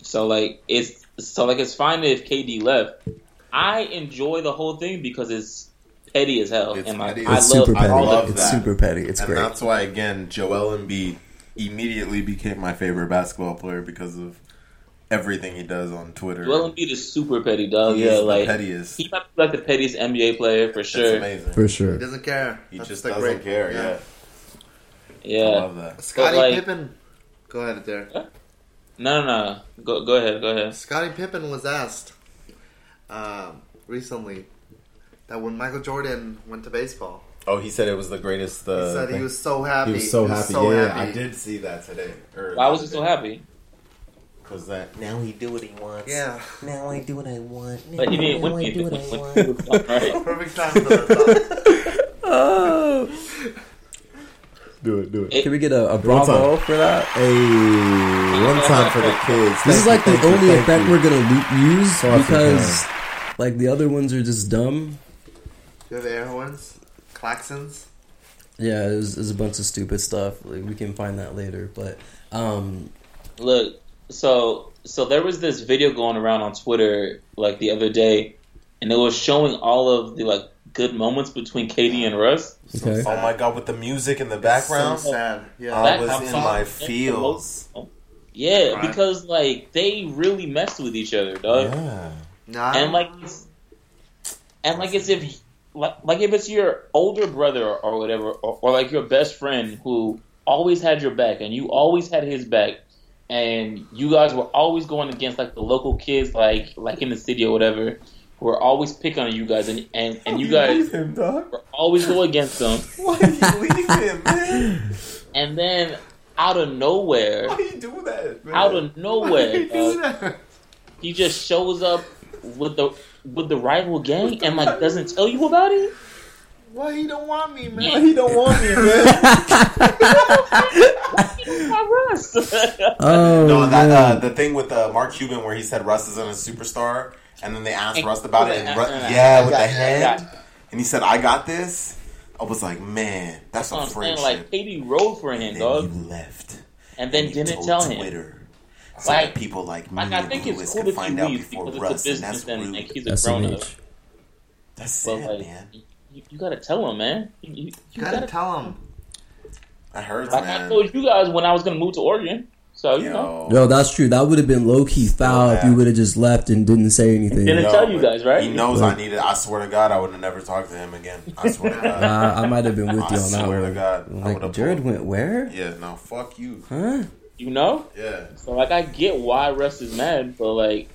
so like it's so like it's fine if KD left. I enjoy the whole thing because it's petty as hell,
It's
and like
petty.
I
It's
love
super petty.
I
all
love
of
it's
that.
super petty. It's
and
great.
that's why again Joel Embiid immediately became my favorite basketball player because of everything he does on Twitter.
Joel Embiid is super petty, dog.
He's
yeah,
the
like
pettiest.
he might be like the pettiest NBA player for
It's
sure.
amazing.
For
He
sure.
doesn't care.
He
That's
just
the
doesn't
great-
care. Yeah. I
Yeah,
love that.
Scottie
like-
Pippen. Go ahead, Derek.
no, no, no. Go, go ahead, go ahead.
Scottie Pippen was asked um, recently that when Michael Jordan went to baseball,
Oh, he said it was the greatest.
he
Uh,
said he
thing.
was so happy.
He was so happy. yeah,
happy.
I did see that today. Or
Why was he so happy?
Cause that now he do what he wants.
Yeah.
Now I do what I want.
But he didn't win anything when he was done, right?
Perfect time for that.
Do it, do it.
Can we get a, a
One time.
bravo for that?
Hey, one time for the kids.
This is like
Thank you,
the
thank you,
only
thank
effect
you.
we're gonna lo- use
Sorry for
because, like, the other ones are just dumb.
you have air horns, claxons.
Yeah, there's, there's a bunch of stupid stuff. Like, we can find that later, but um,
Look, so so there was this video going around on Twitter like the other day, and it was showing all of the like good moments between Katie and Russ.
okay,
Oh my god, with the music in the background,
So sad. Yeah.
I was
Background
in
song.
my feels.
Oh. Yeah,
Right.
because like they really messed with each other, dog.
Yeah.
Nah.
And like, it's, and like it's if like like if it's your older brother or, or whatever, or, or like your best friend who always had your back and you always had his back, and you guys were always going against like the local kids, like like in the city or whatever, who were always picking on you guys, and and, and you guys
him, dog.
were always go against them,
Why do you leave him, man?
and then out of nowhere,
Why you do that, man?
out of nowhere, dog,
that?
he just shows up with the with the rival gang and like doesn't tell you about it.
Why he don't want me, man?
Yeah.
he don't want me, man.
My Russ.
oh
no, that
man.
uh, the thing with uh, Mark Cuban where he said Russ isn't a superstar, and then they asked
And-
Russ about it, and Ru-
Uh, uh,
yeah,
I
with
got
the
it, I got
hand, and he said, "I got this." I was like, man, that's
That's what
a
I'm saying.
friendship.
Like Katie rode for him,
and
dog,
he left.
and then
he
didn't
told
tell him.
Twitter so that
Like-
people like me
Like I
and
think
Lewis
it's cool
could
that he
find out
leaves
before
because
Russ,
it's a
and that's
business and,
rude.
like he's a
that's
grown
an
up.
H.
that's
But
sad,
like,
man.
you, you gotta tell him, man. You, you- you
You gotta tell him.
That hurts,
Like I
man.
told you guys when I was gonna move to Oregon, so you
Yo.
know
No, that's true. That would have been low key foul if you
bad.
would have just left and didn't say anything.
Didn't-
Yo,
tell you
but
guys, right?
He knows
Right.
I needed. I swear to God, I would have never talked to him again. I swear to God.
Nah, I might have been with
I
you on that
swear to
one.
God, I
like
would've
Jared
pulled.
went where?
Yeah, no, fuck you.
Huh?
you know.
Yeah,
So like I get why Russ is mad, but like,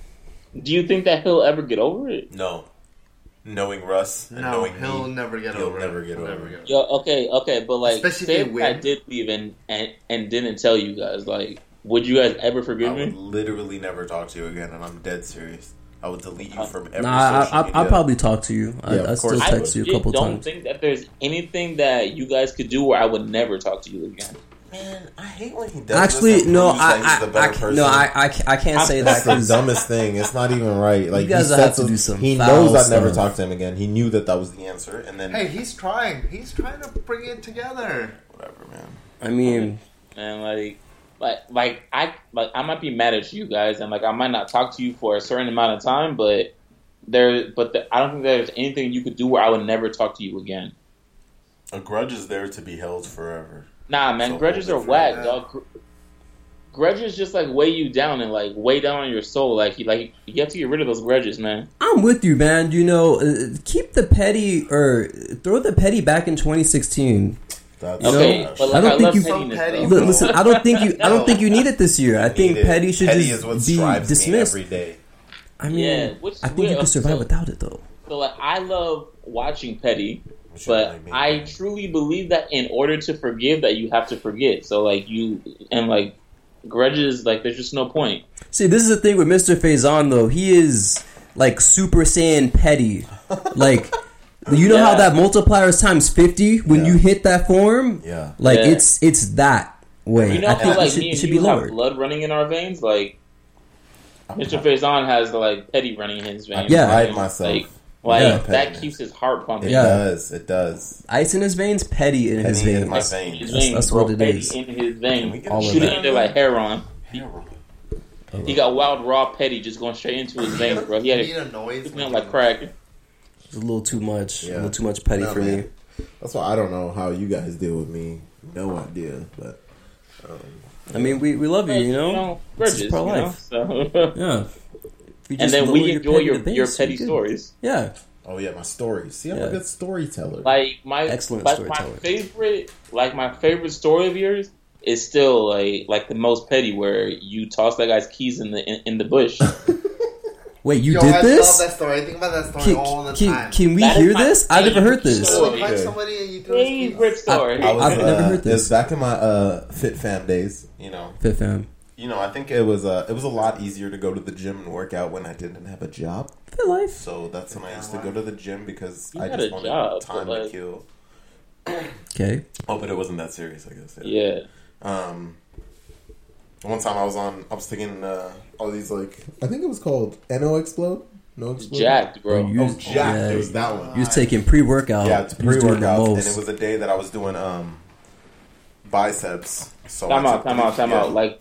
do you think that he'll ever get over it?
no. Knowing Russ and
No,
knowing
he'll
me,
never get
he'll
over. it.
never get
He'll
over
never
it.
get
Yo, okay, okay, but like,
Especially if
say
they
if
win.
I did leave and, and and didn't tell you guys, like, would you guys ever
I
forgive
would
me?
literally never talk to you again, and I'm dead serious. I would delete you from every
Uh, Nah,
social
I,
media.
I, I probably talked to you. I,
Yeah, of
I still
course.
I
text you a
legit
couple
don't
times.
think that there's anything that you guys could do where I would never talk to you again.
Man, I hate when he does.
Actually,
this and
no,
proves
I,
that he's
I,
the
I,
better
can't-
person.
no, I, I, can't- I can't say that
That's the
'cause-
dumbest thing. It's not even right. Like
guys
he
have
said
to
some-
do some
He
foul
knows I never
stuff.
talked to him again. He knew that that was the
the answer, and then
Hey, he's trying. He's trying to bring it together.
whatever, man.
I mean,
And like, like, like I, like I might be mad at you guys, and like I might not talk to you for a certain amount of time, but there, but the, I don't think there's anything you could do where I would never talk to you again.
A grudge is there to be held forever.
Nah, man,
So
grudges are
hold it for
whack,
that.
dog. Gr- Grudges just like weigh you down and like weigh down on your soul. Like you, like you have to get rid of those grudges, man.
I'm with you, man. You know, uh, keep the petty or throw the petty back in 2016.
That's
Okay,
so much.
but
I
like I,
don't think
love
you-
pettiness.
So petty.
No.
though.
Look, listen, I don't think you. I don't think you need it this year. I think
Need it.
Petty should
Petty
just
is what
be
drives me
dismissed.
every day.
I mean,
Yeah, which is
I think
weird.
you can survive
So-
without it though.
So like I love watching petty,
Which is what
but
mean.
I truly believe that in order to forgive, that you have to forget. So like you and like grudges, like there's just no point.
See, this is the thing with Mr. Faison though. He is like Super Saiyan petty. Like you know how
Yeah.
that multiplier is times fifty when
Yeah.
you hit that form?
Yeah.
Like
Yeah.
it's it's that way.
You know
I
how
think it
like
should,
me
it
and
should be
you have
lowered.
blood running in our veins, like. Mr. Faison has the like petty running in his veins.
Yeah.
Like,
Pride myself.
Like, like,
Yeah.
that keeps his heart pumping.
It
Yeah.
does. It does.
Ice in his veins, petty in his
Petty in
veins.
my
His
veins.
That's-
veins,
that's
bro,
what it
petty
is.
in his
Can we
vein.
get
All of
Shoot it
that.
in there like heroin.
Hero.
He got wild raw petty just going straight into his veins, bro. He had
He
it
annoys
looking
me.
out like crack.
It's a little too much.
Yeah.
A little too much petty
No,
for me.
man. That's why I don't know how you guys deal with me. No idea. But
I mean, we, we love you, you know. This
grudges,
is
you
pro
know?
life.
So-
Yeah. If you
and
just
then
lower
we enjoy
petty
your
to base,
your
you're
petty
good.
stories.
Yeah,
oh yeah, my stories. See, I'm
Yeah.
a good storyteller.
Like my
Excellent
like my
storyteller.
favorite like my favorite story of yours is still like like the most petty where you toss that guy's keys in the in, in the bush.
Wait, you
Yo,
did
I
this?
love that story. I think about that story
Can,
all the
can,
time.
can we
That is
hear
my
this? I've never heard this.
favorite
So you punch somebody and you throw his
favorite
keys.
story.
I was- uh,
I've never heard
It
this.
was back in my uh, Fit Fam days.
You know,
Fifth M.
you know. I think it
It was uh, it was a lot easier to go to the gym and work out when I didn't have a job.
Fit life.
so. That's when I used to go to the gym because
You
I
had
just
a
wanted
job,
time
but,
to
like-
kill.
Okay.
Oh, but it wasn't that serious, I guess.
yeah.
Um, one time I was on. I was thinking uh, all these like
I think it was called No Explode. No Explode.
Jacked, bro.
You
Oh,
was-
Jack.
yeah,
It was that one.
You was taking pre workout.
yeah, it's pre workouts, and it was a day that I was doing um biceps. So
Oh, Time
I
out,
took
time
three-
out, time
yeah.
out. Like,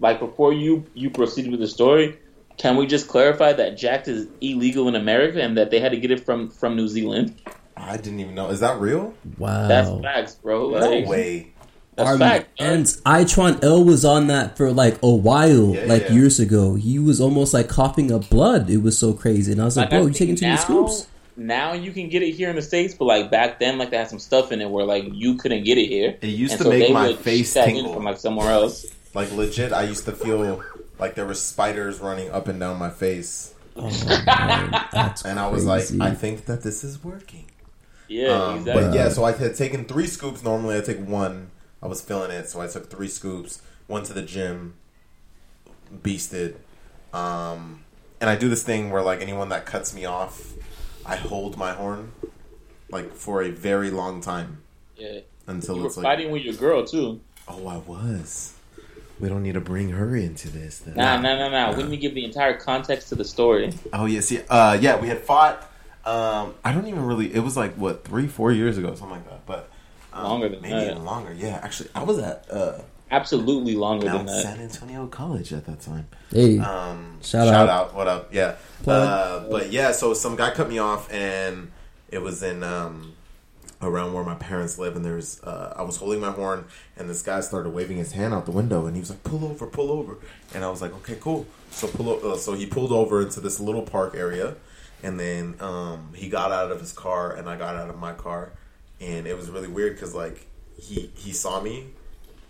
like before you you proceed with the story, can we just clarify that Jacked is illegal in America and that they had to get it from from New Zealand?
I didn't even know. Is that real?
wow.
That's facts, bro.
No
Like,
way.
That's
Army
fact.
and Itron L was on that for like a while,
Yeah,
like
yeah.
years ago. He was almost like coughing up blood. It was so crazy, and I was like,
Like, I
"Bro, you
think
taking too many
now-
scoops?"
Now you can get it here in the states, but like back then, like they had some stuff in it where like you couldn't get it here.
It used
And
to
so
make
they
my
would
face
ship that in
tingle.
from like somewhere else.
Like legit, I used to feel like there were spiders running up and down my face,
That's
and I was
crazy.
like, I think that this is working.
Yeah,
Um,
exactly.
But yeah, so I had taken three scoops. Normally, I take one. I was feeling it, so I took three scoops. Went to the gym, beasted, um, and I do this thing where like anyone that cuts me off, I hold my horn like for a very long time
yeah.
until
You were
it's like,
fighting with your girl too.
oh, I was. We don't need to bring her into this. Then.
Nah, nah, nah, nah. Wouldn't you give the entire context to the story?
Oh yeah, see, uh, yeah, we had fought. Um, I don't even really. It was like what three, four years ago, something like that. But um,
Longer than
maybe
that.
even longer. Yeah, actually, I was at uh,
Absolutely longer than
Mount
that.
San Antonio College at that time.
"Hey,
Um,
Shout
shout,
out.
out. what up? Yeah, uh, but yeah, so some guy cut me off, and it was in um, around where my parents live, and there's uh, I was holding my horn, and this guy started waving his hand out the window, and he was like, "Pull over, pull over," and I was like, "Okay, cool." So pull, o- uh, so he pulled over into this little park area, and then um, he got out of his car, and I got out of my car, and it was really weird because like he he saw me.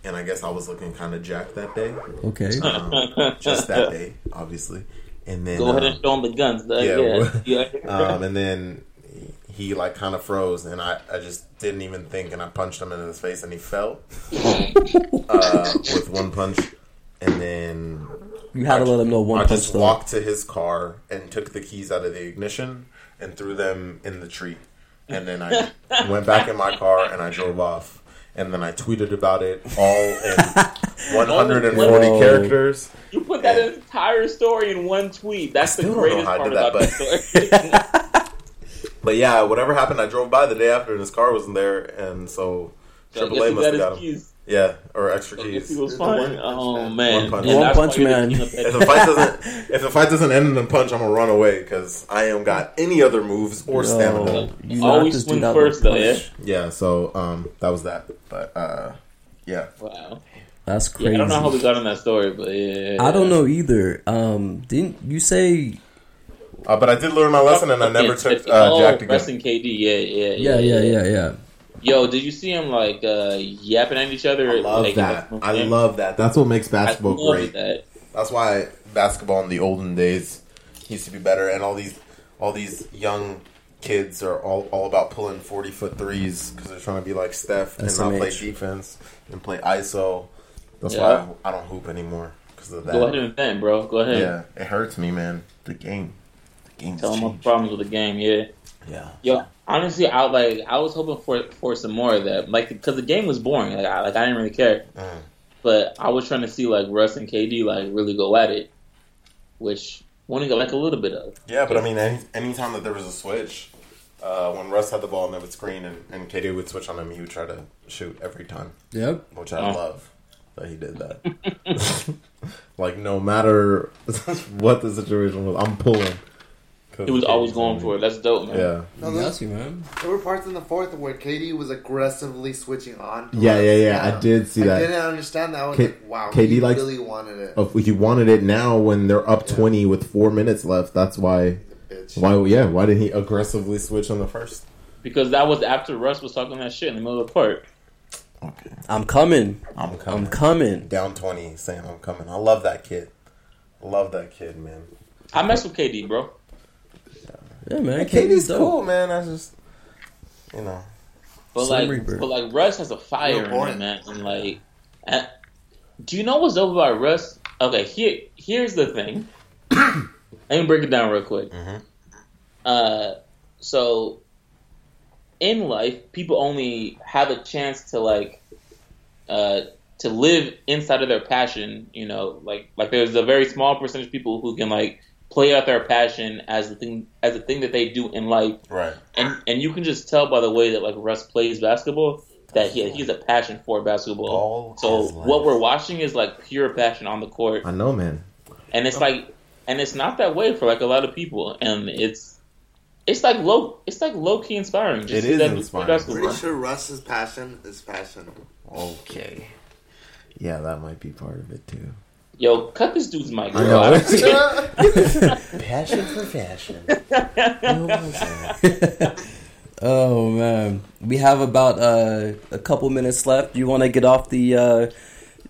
And I guess I was looking kind of jacked that day
okay,
um, just that day, obviously. And then,
Go ahead and
um,
show him the guns. Doug.
yeah,
Yeah,
well,
yeah.
um, and then he like kind of froze, and I, I just didn't even think, and I punched him in his face, and he fell uh, with one punch. And then
you had to let him know one
I
punch."
just
though.
walked to his car and took the keys out of the ignition and threw them in the tree. And then I went back in my car and I drove off. And then I tweeted about it all in 140
Whoa.
characters.
you put that entire story in one tweet. That's the
still don't know
greatest
how I
part
did that,
about the story.
But yeah, whatever happened, I drove by the day after and his car wasn't there, and so
So I guess
AAA
he
must
got
have
his
got him.
keys.
Yeah, or extra
I guess he
keys.
was
There's no
fine.
one
Oh
punch,
man,
man. One
And that's
punch
why you're
man.
the king
If
of petty.
the fight doesn't, if the fight doesn't end in a punch, I'm gonna run away because I am got any other moves or
Yo,
stamina.
you knocked
Always
this dude
swing
out with
first, though,
punch.
yeah?
Yeah, so um, that was that. But uh, yeah,
Wow.
That's
Yeah,
crazy.
I don't know how we got on that story, but yeah.
I don't know either. Um, didn't you say?
uh, but I did learn my lesson, and I never took uh,
oh,
Jack to
wrestling KD. Yeah, yeah,
Yeah, yeah, yeah, yeah.
Yo, did you see him like uh, yapping at each other?
I love
like,
that.
in the-
I love that. That's what makes
I
basketball
love
great.
that.
That's why basketball in the olden days used to be better, and all these all these young kids are all, all about pulling forty foot threes because they're trying to be like Steph
That's
and not play
SMH.
defense and play ISO. That's
Yeah.
why I, I don't hoop anymore because of that.
Go ahead and vent, bro. Go ahead.
yeah, it hurts me, man. The game, the game's
Tell him my
changed.
problems with the game. Yeah.
Yeah,
Yo, honestly, I like I was hoping for for some more of that, like because the game was boring. Like I like I didn't really care,
Mm.
but I was trying to see like Russ and KD like really go at it, which want to like a little bit of.
yeah, but I mean, any anytime that there was a switch. Uh, when Russ had the ball and they would screen and, and KD would switch on him, he would try to shoot every time.
Yep.
which I
Oh.
love that he did that. like no matter what the situation was, I'm pulling.
He was always going for it. That's dope, man.
Yeah,
No,
I
there,
got you, man.
there were parts in the fourth where KD was aggressively switching on. to
Yeah,
us.
yeah, yeah. I did see
I
that.
didn't understand that. I was
K-
like, wow,
KD
he
likes- Oh,
really wanted it.
If he wanted it now when they're up twenty with four minutes left. That's why.
Bitch.
Why? Yeah. Why did he aggressively switch on the first?
Because that was after Russ was talking that shit in the middle of the court.
okay.
I'm coming.
I'm coming.
I'm coming.
Down twenty, saying I'm coming. I love that kid. Love that kid, man.
I mess with KD, bro.
Yeah, man.
KD's
KD's
cool,
dope.
man. I just, you know,
But
Slim
like,
Reaper.
but like Russ has a fire
Real
in
boring.
him, man. And like, uh, do you know what's dope about Russ? Okay, here here's the thing. Let me break it down real quick.
Mhm.
Uh, so in life, people only have a chance to like uh, to live inside of their passion. You know, like like there's a very small percentage of people who can like play out their passion as the thing as the thing that they do in life
right?
and and you can just tell by the way that like Russ plays basketball that he he has a passion for basketball.
All
so
his life.
what we're watching is like pure passion on the court,
I know, man.
and it's like and it's not that way for like a lot of people, and it's it's like low it's like low key inspiring.
It
Just to
is
see them play
inspiring.
basketball.
Pretty sure Russ's passion is passion.
Okay.
Yeah, that might be part of it too.
Yo, cut this dude's mic.
I
bro.
know.
Passion for fashion.
Oh man, we have about uh, a couple minutes left. Do you want to get off the uh,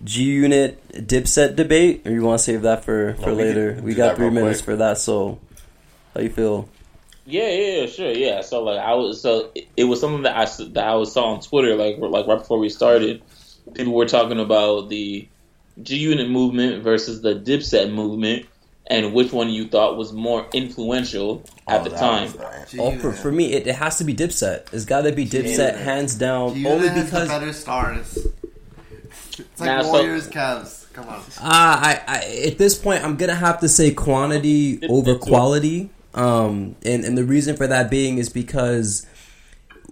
G Unit Dipset debate, or you want to save that for for
we can
later?
do
We got
that
three
real
minutes
quick.
for that. So, how you feel?
Yeah, yeah, yeah, sure, yeah. So like I was, so it- it was something that I s- that I was saw on Twitter like like right before we started, people were talking about the G Unit movement versus the Dipset movement, and which one you thought was more influential at the time.
Oh, for, for me, it, it has to be Dipset. It's got to be Dipset,
G-Unit.
hands down.
G-Unit
only
has the
because
better stars. It's like
Nah, so-
Warriors, Cavs. Come on.
Ah, I, I at this point I'm gonna have to say quantity over quality. Um, and and the reason for that being is because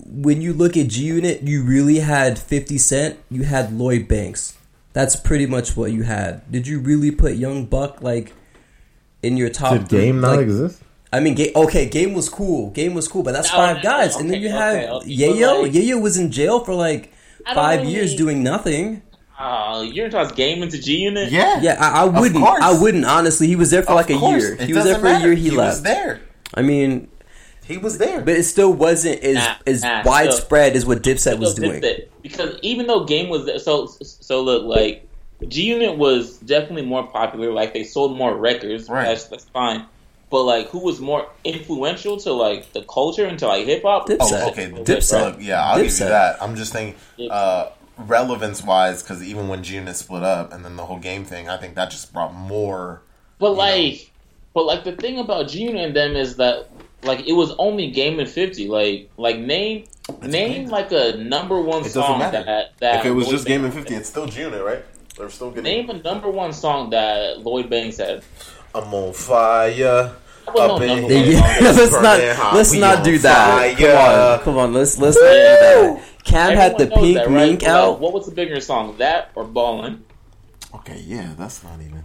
when you look at G Unit, you really had Fifty Cent, you had Lloyd Banks. That's pretty much what you had. Did you really put Young Buck like in your top?
Did
three?
game not
Like,
exist?
I mean, ga- okay, game was cool. Game was cool, but that's
No,
five
no,
guys, and then
okay,
you
okay,
have
okay,
Yayo.
but, like-
Yayo was in jail for like
I don't
five
really-
years doing nothing.
Uh, you're toss game into G Unit.
Yeah,
Yeah, I, I wouldn't.
course.
I wouldn't. Honestly, he was there for like a year. He was there for a year. He,
was
left.
there.
I mean,
He was there.
but it still wasn't as
Nah,
as
nah,
widespread as what Dipset was doing.
because even though game was there- so so look like G Unit was definitely more popular. Like they sold more records.
Right.
That's that's fine. But like, who was more influential to like the culture and to like hip hop?
Dipset.
Oh,
Dipset.
okay.
Dipset.
Dipset. Look, yeah, I'll give you
Dipset.
that. I'm just thinking
Dipset.
uh, relevance wise, because even when June is split up and then the whole game thing, I think that just brought more.
But
you
like, but like the thing about G Unit and them is that like it was only Game and Fifty. Like like name
okay.
name like a number one
doesn't
song
matter.
that that
if it was
Lloyd
just Game and
Banks
50,
had.
it's still June, right? They're still getting.
Name a number one song that Lloyd Banks had.
I'm on fire.
That wasn't
Up
no
in
number
here.
one
Yeah,
song.
let's
Burn
not
it hot,
let's
we
not
on
do that.
fire.
Come on, come on. Let's let's not do that. Cam had
Everyone
the
knows
pink
that,
mink
But, like,
out.
what was the bigger song, that or Ballin?
Okay, yeah, that's not even.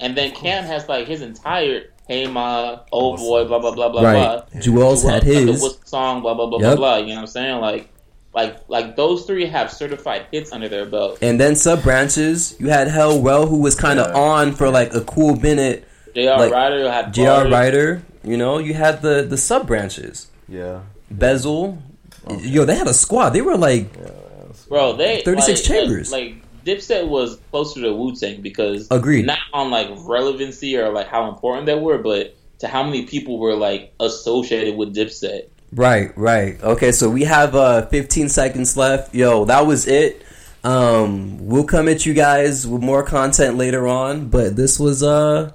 And
Oh.
then Cam has like his entire Hey Ma, Oh
Awesome.
Boy, blah blah blah blah
Right,
blah.
Jewels
Well,
had
like, the
his.
Whistle song, blah blah blah
Yep.
blah blah. You know what I'm saying? Like, like, like those three have certified hits under their belt.
And then sub branches, you had Hell Well, who was kind of
Yeah.
on for like a cool minute.
Jr.
Like,
Ryder had
Jr.
bars.
Ryder, you know, you had the the sub branches.
Yeah.
Bezel, Yo, they had a squad. They were like
bro. They
36
like,
chambers.
Like, like, Dipset was closer to Wu Tang because
Agreed.
Not on like relevancy or like how important they were, but to how many people were like associated with Dipset.
Right, right. Okay, so we have uh 15 seconds left. Yo, that was it. Um we'll come at you guys with more content later on, but this was uh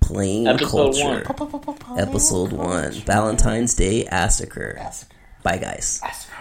plain
Episode
culture.
one.
Episode 1. Valentine's Day Massacre.
Massacre.
Bye guys.
Massacre.